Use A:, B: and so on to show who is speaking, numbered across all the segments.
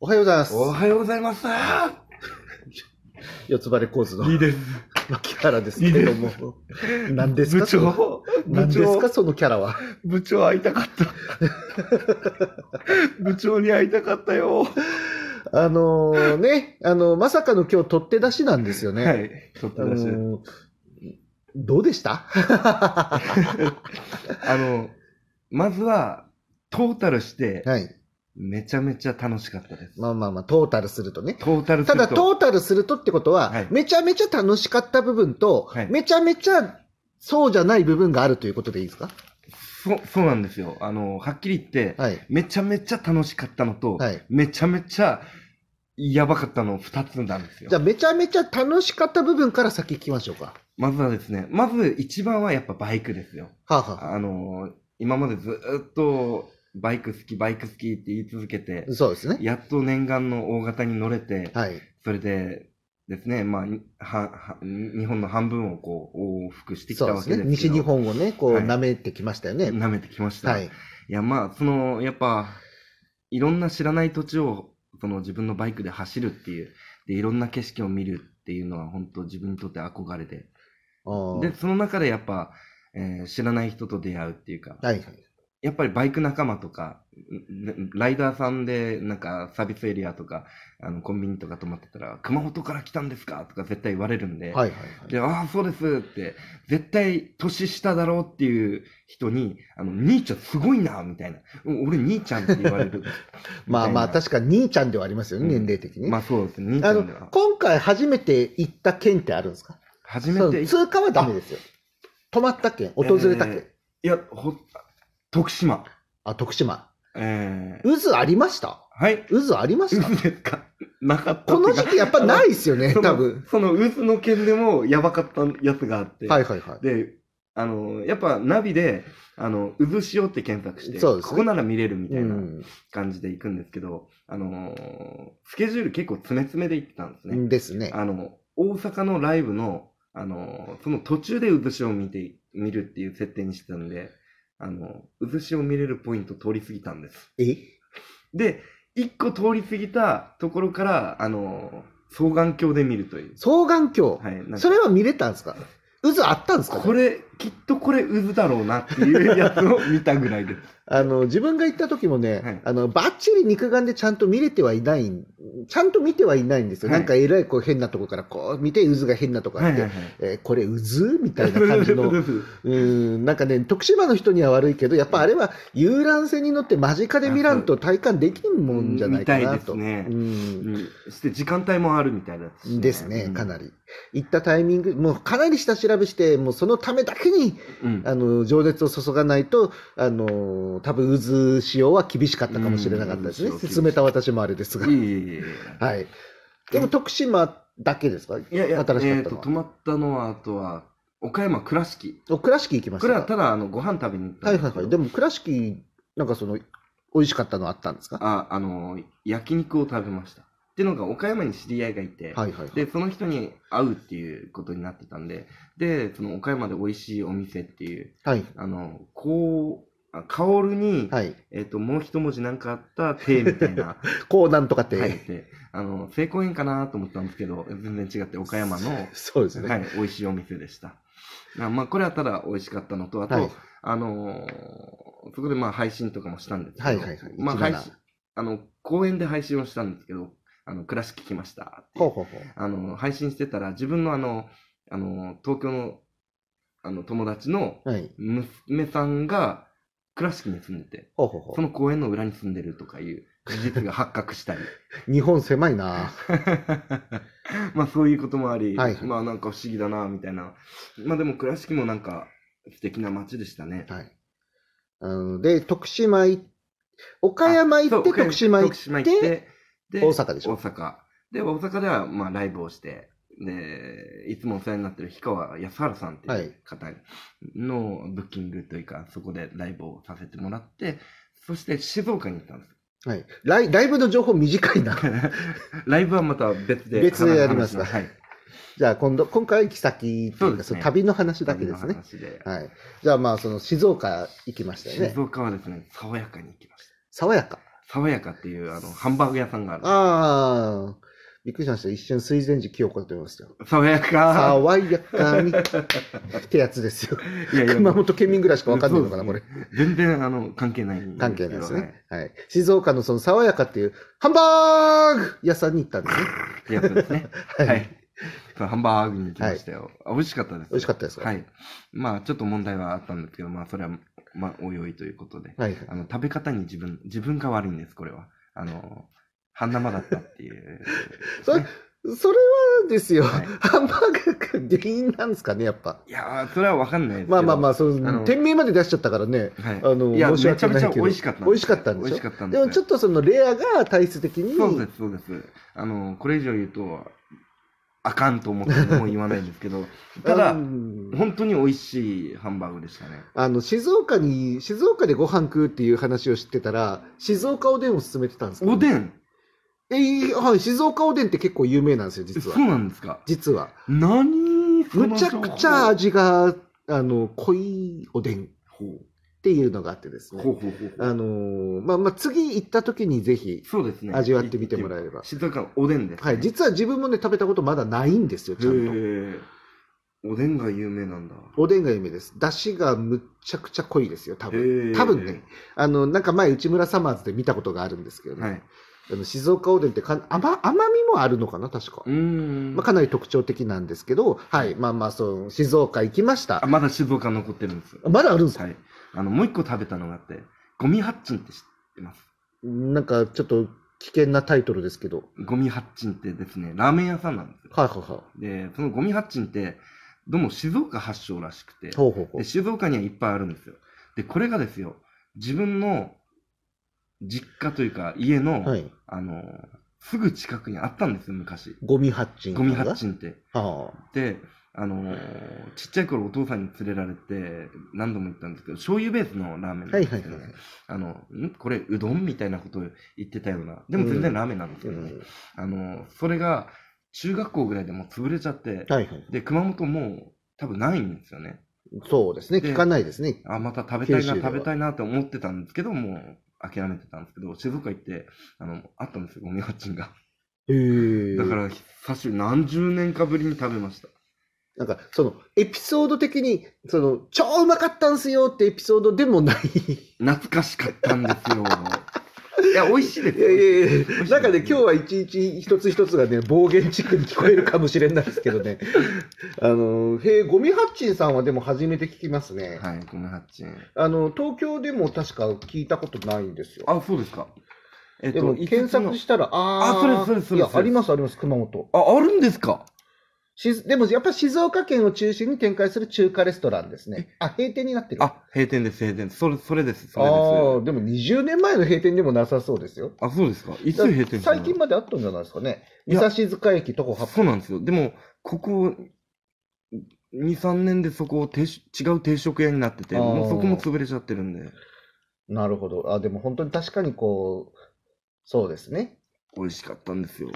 A: おはようございます。
B: おはようございます。
A: 四つ葉レコーズの
B: いいです。
A: 牧原ですけども。何ですか
B: 部長、
A: 何
B: 部
A: です
B: 長
A: か、、そのキャラは。
B: 部長会いた かった。部長に会いたかったよ。
A: あのーね、あの、まさかの今日取って出しなんですよね。
B: はい。ちょっ
A: あ
B: と
A: の
B: だし、
A: ーどうでした
B: あの、まずは、トータルして、
A: はい。
B: めちゃめちゃ楽しかったです。
A: まあまあまあ、トータルするとね。
B: トータルす
A: た
B: ると
A: だ、トータルするとってことは、
B: はい
A: めちゃめちゃ楽しかった部分と、
B: はい
A: めちゃめちゃそうじゃない部分があるということでいいですか
B: そ、そうなんですよ。あの、はっきり言って、
A: はい。
B: めちゃめちゃ楽しかったのと、
A: はい。
B: めちゃめちゃ、やばかったの二つなんですよ
A: じゃ。あ、めちゃめちゃ楽しかった部分から先行きましょうか。
B: まずはですね、まず一番はやっぱバイクですよ。
A: はあ、はあ、
B: あのー今までずっとバイク好き、バイク好きって言い続けて、
A: そうですね。
B: やっと念願の大型に乗れて、
A: はい。
B: それでですね、まあ、にはは日本の半分をこう往復してき
A: そ
B: た
A: うで
B: わ
A: す
B: けで
A: ね。
B: すけど
A: 西日本をね、こう、
B: はい
A: 舐めてきましたよね。
B: 舐めてきました。、
A: はいい。
B: や、まあ、その、やっぱ、いろんな知らない土地をその自分のバイクで走るっていう、でいろんな景色を見るっていうのは、本当自分にとって憧れで、
A: あー
B: で、その中でやっぱ、えー知らない人と出会うっていうか、
A: はい。
B: やっぱりバイク仲間とか、んライダーさんで、なんかサービスエリアとか、あのコンビニとか泊まってたら、熊本から来たんですかとか絶対言われるん
A: は
B: で、
A: いはいはい。。
B: で、ああ、そうですって、絶対年下だろうっていう人に、あの、兄ちゃんすごいな、みたいな。うん俺兄ちゃんって言われる
A: まあまあ、
B: みたい
A: 確かに兄ちゃんではありますよね、
B: うん
A: 年齢的に
B: な
A: ね。
B: まあそうですね、兄ち
A: あ
B: ゃ
A: の
B: んでは、。
A: 今回初めて行った県ってあるんですか
B: 初めて、い
A: その通過はダメですよ。泊まった県、訪れた県。
B: えーや、ほ、徳島。
A: あ、徳島。
B: えー、
A: 渦ありました
B: はい。
A: 渦ありま
B: う
A: し
B: ん
A: た
B: ですかなかったって
A: こ
B: いうか
A: の時期やっぱないですよね、
B: その
A: 多分。
B: その渦の件でもやばかったやつがあって、
A: はいはいはい。
B: であのやっぱナビであの渦潮って検索して、
A: そう
B: こ
A: ですね
B: こなら見れるみた
A: う
B: いなん感じで行くんですけど、あのスケジュール結構詰め詰めで行ってたんですね。
A: ですね。
B: あの大阪のライブの、あのその途中で渦潮を見て見るっていう設定にしてたんで、あの渦潮を見れるポイント通り過ぎたんです。
A: え
B: で一個通り過ぎたところから、あの双眼鏡で見るという。
A: 双眼鏡。
B: はい、なんか
A: それは見れたんですか渦あったんですか
B: これ、きっとこれ渦だろうなっていうやつを見たぐ らいです。
A: あの自分が行った時もね、
B: はい
A: あのバッチリ肉眼でちゃんと見れてはいないんちゃんと見てはいないんですよ、
B: はい
A: なんかえらいこう変なとこからこう見て渦が変なとこあって、
B: はい。
A: えーこれ渦みたいな感じ のうーんなんかね徳島の人には悪いけどやっぱあれは遊覧船に乗って間近で見らんと体感できんもんじゃないかなと。
B: みたいですね
A: うん
B: うんして時間帯もあるみたいな、
A: ですね、かな
B: り。
A: り。行ったタイミング、もうかなり下調べして、もうそのためだけに
B: うん
A: あの情熱を注がないと、あの多分渦使用は厳しかったかもしれなかったですね、
B: うん
A: 進めた私もあれですが、
B: いえいえいえ
A: はい、でも徳島だけですか、
B: いやいや、え
A: 新しかっ
B: ー
A: た
B: と、
A: の
B: 泊
A: は、
B: まったのは、あとは、岡山倉敷。
A: お倉敷行きまし
B: こ
A: た
B: れは
A: か
B: ただ、あの、ご飯食べに行った
A: は
B: ん
A: い
B: です
A: は
B: け
A: い
B: ど。
A: はい、でも倉敷、なんかその、美味しかったのあったんですか、
B: あ、あの、焼肉を食べました。っていうのが、岡山に知り合いがいて、
A: はいはいはい、
B: で、その人に会うっていうことになってたんで、で、その岡山で美味しいお店っていう、
A: はい、
B: あの、こう、あ薫に、
A: はい、
B: えっ、と、もう一文字なんかあった、てみたい な、
A: こうなんとかって、
B: 書いて、あの、成功園かなと思ったんですけど、全然違って、岡山の、は
A: そうですね、
B: い、美味しいお店でした。なまあ、これはただ美味しかったのと、あと、
A: はい
B: あのーそこでまあ配信とかもしたんですけど、
A: はいはいはい
B: まあ、
A: 17
B: 配信、あの、公演で配信をしたんですけど、あの、倉敷来ましたっていう
A: ほうほうほう、
B: あの、配信してたら、自分のあの、あの、東京の、あの、友達の
A: はい、
B: 娘さんが、倉敷に住んでて、
A: ほうほうほ
B: その公園の裏に住んでるとかいう事実が発覚したり、
A: う、日本狭いな、
B: まあそういうこともあり、
A: はいはい
B: まあなんか不思議だな、みたいな。まあでも倉敷もなんか素敵な街でしたね。
A: はい、あので、徳島行岡山行って、
B: そう
A: 徳島行っ
B: 徳
A: て、
B: 島行って、で
A: 大阪でしょ
B: 大阪。で、大阪ではまあライブをして、で、いつもお世話になってる氷川安原さんって
A: はいいう
B: 方のブッキングというか、そこでライブをさせてもらって、そして静岡に行ったんです。
A: はい、ライライブの情報短いな。
B: ライブはまた別で。
A: 別でやりますか
B: 話はい。
A: じゃあ今度、今回は行き先って
B: そ
A: いうう
B: で
A: か、
B: す
A: そ
B: ね
A: の旅の話だけですね。
B: 旅の話で
A: はい。じゃあまあ、その静岡行きましたよね
B: 静。岡はですね、爽やかに行きまし
A: 爽やか。
B: た。爽やかっていうあのハンバーグ屋さんがある。
A: ああ、びっくりしました。一瞬水前寺清子だと思いましたよ。
B: 爽やか。
A: 爽やかにってやつですよ。
B: いやいや
A: 熊本県民ぐらいしかわかんないのかな、こ
B: そうで
A: れ
B: す。全然あの関係ないん
A: 関係ないです
B: けど
A: ね。。はい。静岡のその爽やかっていう、ハンバーグ屋さんに行ったんですね。
B: ってやつですね。
A: は
B: はいい。そうハンバーグに行きましたよ。あ美味しかったです。
A: 美味しかったですか
B: はい。まあ、ちょっと問題はあったんですけど、まあ、それは、まあ、おいおいということで。
A: はい。
B: あの、食べ方に自分、自分が悪いんです、これは。あの、半生だったっていう。
A: それそれはですよ、
B: はい
A: ハンバーグが原因なんですかね、やっぱ。
B: いやー、それはわかんないですけど。
A: まあまあまあ、そ
B: あ
A: の
B: の
A: 店名まで出しちゃったからね。
B: はい。
A: あの
B: いや、
A: 申し
B: め
A: 訳
B: ちゃめち
A: な
B: ゃ
A: いけど
B: 美味しかったんですよ。
A: 美味しかったんでしょ
B: 美味しかったん
A: で
B: よ
A: もちょっとそのレアが体質的に。
B: そうです、そうです。あの、これ以上言うと、あかんと思ってもう言わないで すけど、ただ
A: う、ん
B: 本当に美味しいハンバーグでしたね。
A: あの静岡に静岡でご飯食うっていう話を知ってたら静岡おでんを勧めてたんです
B: おで
A: ん
B: ん
A: えーはい静岡おでんって結構有名なんですよ実
B: そう
A: は
B: なんですか
A: 実は
B: 何その
A: むちゃ
B: 情報
A: くちゃ味があの濃いおでんっ
B: ほう
A: ていうのがあってです
B: ほ
A: ね
B: うほうほうほう
A: あのーまあまあ次行った時にぜひ
B: そうですね
A: 味わってみてもらえれば
B: 静岡のおでんです、
A: はい実は自分もね食べたことまだないんですよちゃんと
B: へえおでんが有名なんだ
A: おでんが有名です。出汁がむちゃくちゃ濃いですよ、多分。
B: へえ
A: 多分ねあの、なんか前、内村サマーズで見たことがあるんですけどね。
B: はい
A: あの静岡おでんってか甘、甘みもあるのかな、確か
B: う。ーん
A: まあ、かなり特徴的なんですけど、はい。まあまあ、そう、静岡行きまし
B: あ
A: た。
B: まだ静岡残ってるんですよ
A: まだあるんですか、
B: はいあのもう一個食べたのがあってゴミハッチンって知ってます
A: なんか、ちょっと危険なタイトルですけど。
B: ゴミハッチンってですねラーメン屋さんなんですよ
A: はいはいは
B: でそのゴミハッチンってどうも静岡発祥らしくて
A: い。ほうほうほう
B: で。静岡にはいっぱいあるんですよ。で、これがですよ、自分の実家というか、家の、
A: はい。
B: あの、すぐ近くにあったんですよ、昔。
A: ゴミ発賃。
B: ゴミ発
A: ン
B: ンって。
A: が。はあ。
B: で、あの、ちっちゃい頃お父さんに連れられて、何度も行ったんですけど、醤油ベースのラーメンなん
A: はい
B: です
A: はい
B: よ
A: はい
B: ね。
A: はい。
B: あの、んこれ、うどんみたいなことを言ってたような。でも全然ラーメンなんです
A: う
B: けどね。
A: ん
B: あの、それが、中学校ぐらいでもう潰れちゃって、
A: はいはい。
B: で、熊本もう多分ないんですよね。
A: そうですね。
B: で
A: 聞かないですね。
B: あ、また食べたい
A: 九州
B: な、
A: では
B: 食べたいなって思ってたんですけど、もう諦めてたんですけど、静岡行って、あの、あったんですよ、ゴミ発ンが。
A: へえ。
B: だから、久しぶり、何十年かぶりに食べました。
A: なんか、その、エピソード的に、その、超うまかったんすよってエピソードでもない。
B: 懐かしかったんで すよ。いや、美味しいで
A: い
B: す
A: やい
B: よ。
A: やい
B: 美味
A: や、
B: し い
A: なんかね、今日は一日一つ一つがね、暴言チックに聞こえるかもしれないですけどね。あの、へえ、ゴミハッチンさんはでも初めて聞きますね。
B: はい、ゴミ発ン
A: あの、東京でも確か聞いたことないんですよ。
B: あ、そうですか。えっ
A: でも、検索
B: 五つ
A: したら、あー
B: あそれそれそれ
A: いや、
B: それ
A: ありますあります、熊本。
B: のあ、あるんですか
A: しでも、やっぱ静岡県を中心に展開する中華レストランですね。あ、閉店になってる。
B: あ、閉店です、閉店です。それ、それです、それ
A: あ
B: で
A: ーでも20年前の閉店でもなさそうですよ。
B: す。あ、そうですか。いつ閉店したの
A: 最近まであったんじゃないですかね。
B: い
A: 武
B: や
A: 蔵塚駅徒歩8
B: そうなんですよ。でも、ここ、2、3年でそこを定食違う定食屋になってて、
A: あー
B: もうそこも潰れちゃってるんで、
A: 分。なるほど。あ、でも本当に確かにこう、そうですね。
B: 美味しかったんですよ。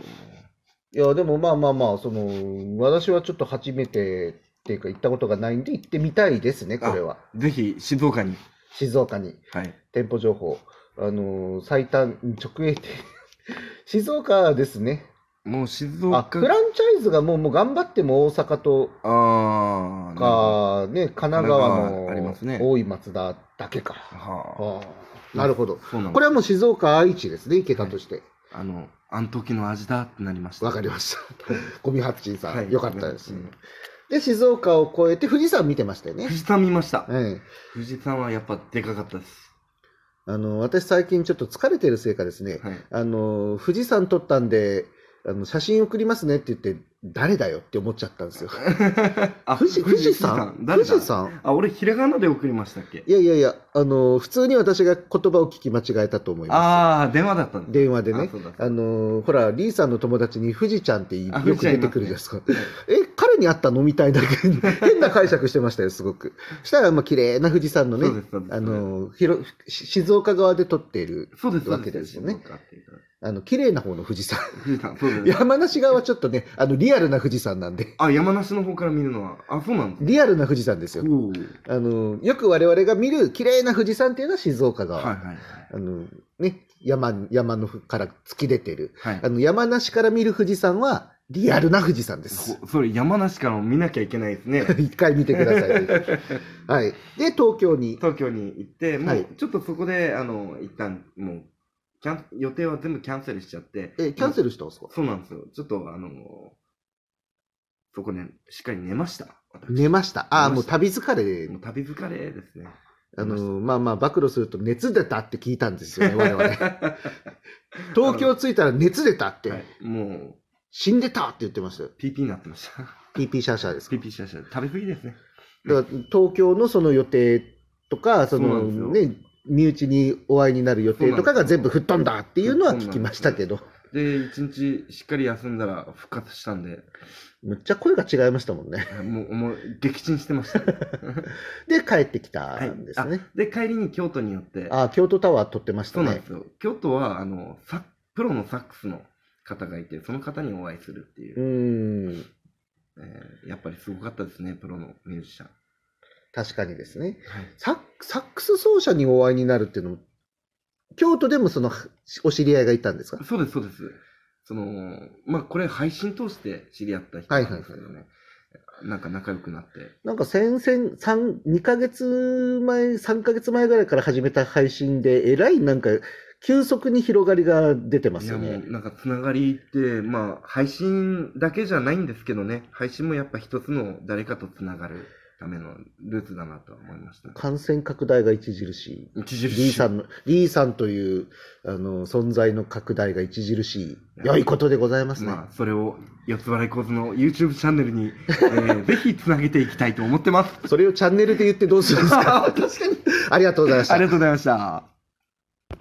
A: いや、でもまあまあまあ、その、私はちょっと初めてっていうか行ったことがないんで行ってみたいですね、これは。
B: ぜひ、静岡に。
A: 静岡に。
B: はい。
A: 店舗情報。あのー最短、直営店。 静岡ですね。
B: もう静
A: あ、
B: 岡。
A: フランチャイズがもうもう頑張っても大阪と
B: あーなるほど
A: か、ね、神奈川の
B: 神奈川ありますね
A: 大井松田だけか。
B: は
A: ああ、なるほど。
B: あ。そうなん
A: こ
B: で
A: れ
B: す。
A: はもう静岡、愛知ですね、行けたとして。
B: あの、あの時の味だってなりました。
A: わ、かりました。ゴミ八珍さん、
B: はい
A: よかったです
B: う。ん
A: で、静岡を越えて富士山見てましたよね
B: 富。士山見ました。
A: ええ、
B: 富士山はやっぱでかかったです。
A: あの私、最近ちょっと疲れてるせいかですね、
B: はい。
A: あの富士山撮ったんであの、写真送りますねって言って、誰だよって思っちゃったんですよ。
B: あ
A: 富士富士山
B: 誰
A: 富
B: だ
A: 士山
B: あ、俺、ひらがなで送りましたっけ
A: いやいやいやあの、普通に私が言葉を聞き間違えたと思いま
B: ああ、電話だったん
A: す。
B: です。
A: 電話でね
B: あ。そうだそうだ
A: あのーほら、リーさんの友達に富士ちゃんっていよ
B: あ
A: く
B: 富士ちゃん
A: 出て
B: いますね
A: くるじゃないですか。え、彼に会ったのみたいな、 変な解釈してましたよ、すごく。したら、まあ、綺麗な富士山の
B: そうで
A: ね、
B: す、そうです。
A: あのー広し静岡側で撮っている、
B: そうです、
A: わけですよね
B: そうです。
A: あの、綺麗な方の富士山。
B: 富士山、そうです。
A: 山梨側はちょっとね、あの、リアルな富士山なんで、
B: あ、山梨の方から見るのは、あ、そうなんです
A: リアルな富士山ですよ
B: ね。。おー
A: あのーよく我々が見る綺麗な富士山っていうのは静岡側。
B: はいはいはい。
A: あのね、山、山のふから突き出てる。
B: はい
A: あ。の、山梨から見る富士山は、リアルな富士山です。
B: そそれ山梨からも見なきゃいけないですね。
A: 一回見てください。 はい。で、東京に。
B: 東京に行って、も
A: は
B: う
A: い
B: ちょっとそこで、あの、一旦、もう、キャン、予定は全部キャンセルしちゃって。
A: え、キャンセルしたんですか
B: そうなんですよ。ちょっと、あの、そこね、しっかり寝ました。私
A: 寝ました。ああ、
B: 寝
A: も
B: ま
A: う
B: した
A: 旅疲れ
B: もう旅疲れですね。
A: あ
B: 寝
A: の、まあまあ、暴露すると熱出たって聞いたんです よね、我々。東京着いたら熱出たって、
B: はい、も
A: 死んでたって言ってましたよ
B: う、。ピーピーになってました。
A: ピーピーシャーシャーです
B: ピ
A: か
B: ーピーシャーシャー。食べ過ぎですね。
A: だから東京のその予定とか、そ
B: そう
A: の
B: なんです
A: ね、身内にお会いになる予定とかが全部吹っ飛んだっていうのは聞きましたけど、
B: で、一日しっかり休んだら復活したんで、
A: むっちゃ声が違いましたもんね。
B: もう、もう、撃沈して ました。
A: で、帰ってきたんですね。
B: で、帰りに京都に寄って、
A: ああ、京都タワー撮ってました
B: そうなんで
A: ね。
B: すよ。京都は、あの、サプロのサックスの方がいて、その方にお会いするっていう
A: ん、
B: う、えーやっぱりすごかったですね、プロのミュージシャン。
A: 確かにですね。
B: はい
A: サッサックス奏者にお会いになるっていうのも、京都でもそのお知り合いがいたんですか
B: そうです、そうです。その、まあ、これ配信通して知り合った人
A: は
B: ないん
A: はいはい
B: ですけどね。なんか仲良くなって。
A: なんか先々、三2ヶ月前、3ヶ月前ぐらいから始めた配信で、えらいなんか、急速に広がりが出てま
B: い
A: す
B: や
A: よ
B: も
A: ね。
B: う、なんかつながりって、まあ、配信だけじゃないんですけどね。配信もやっぱ一つの誰かとつながるためのルーツだなとは思いました。
A: 感染拡大が著しい。
B: 著しい。
A: リーさんの、リーさんという、あの、存在の拡大が著しい。良いことでございますね。
B: まあ、それを四つ笑い構図の YouTube チャンネルに、えーぜひつなげていきたいと思ってます。
A: それをチャンネルで言ってどうするんですか
B: 確かに。
A: ありがとうございまし
B: あ
A: た
B: りがとうございました。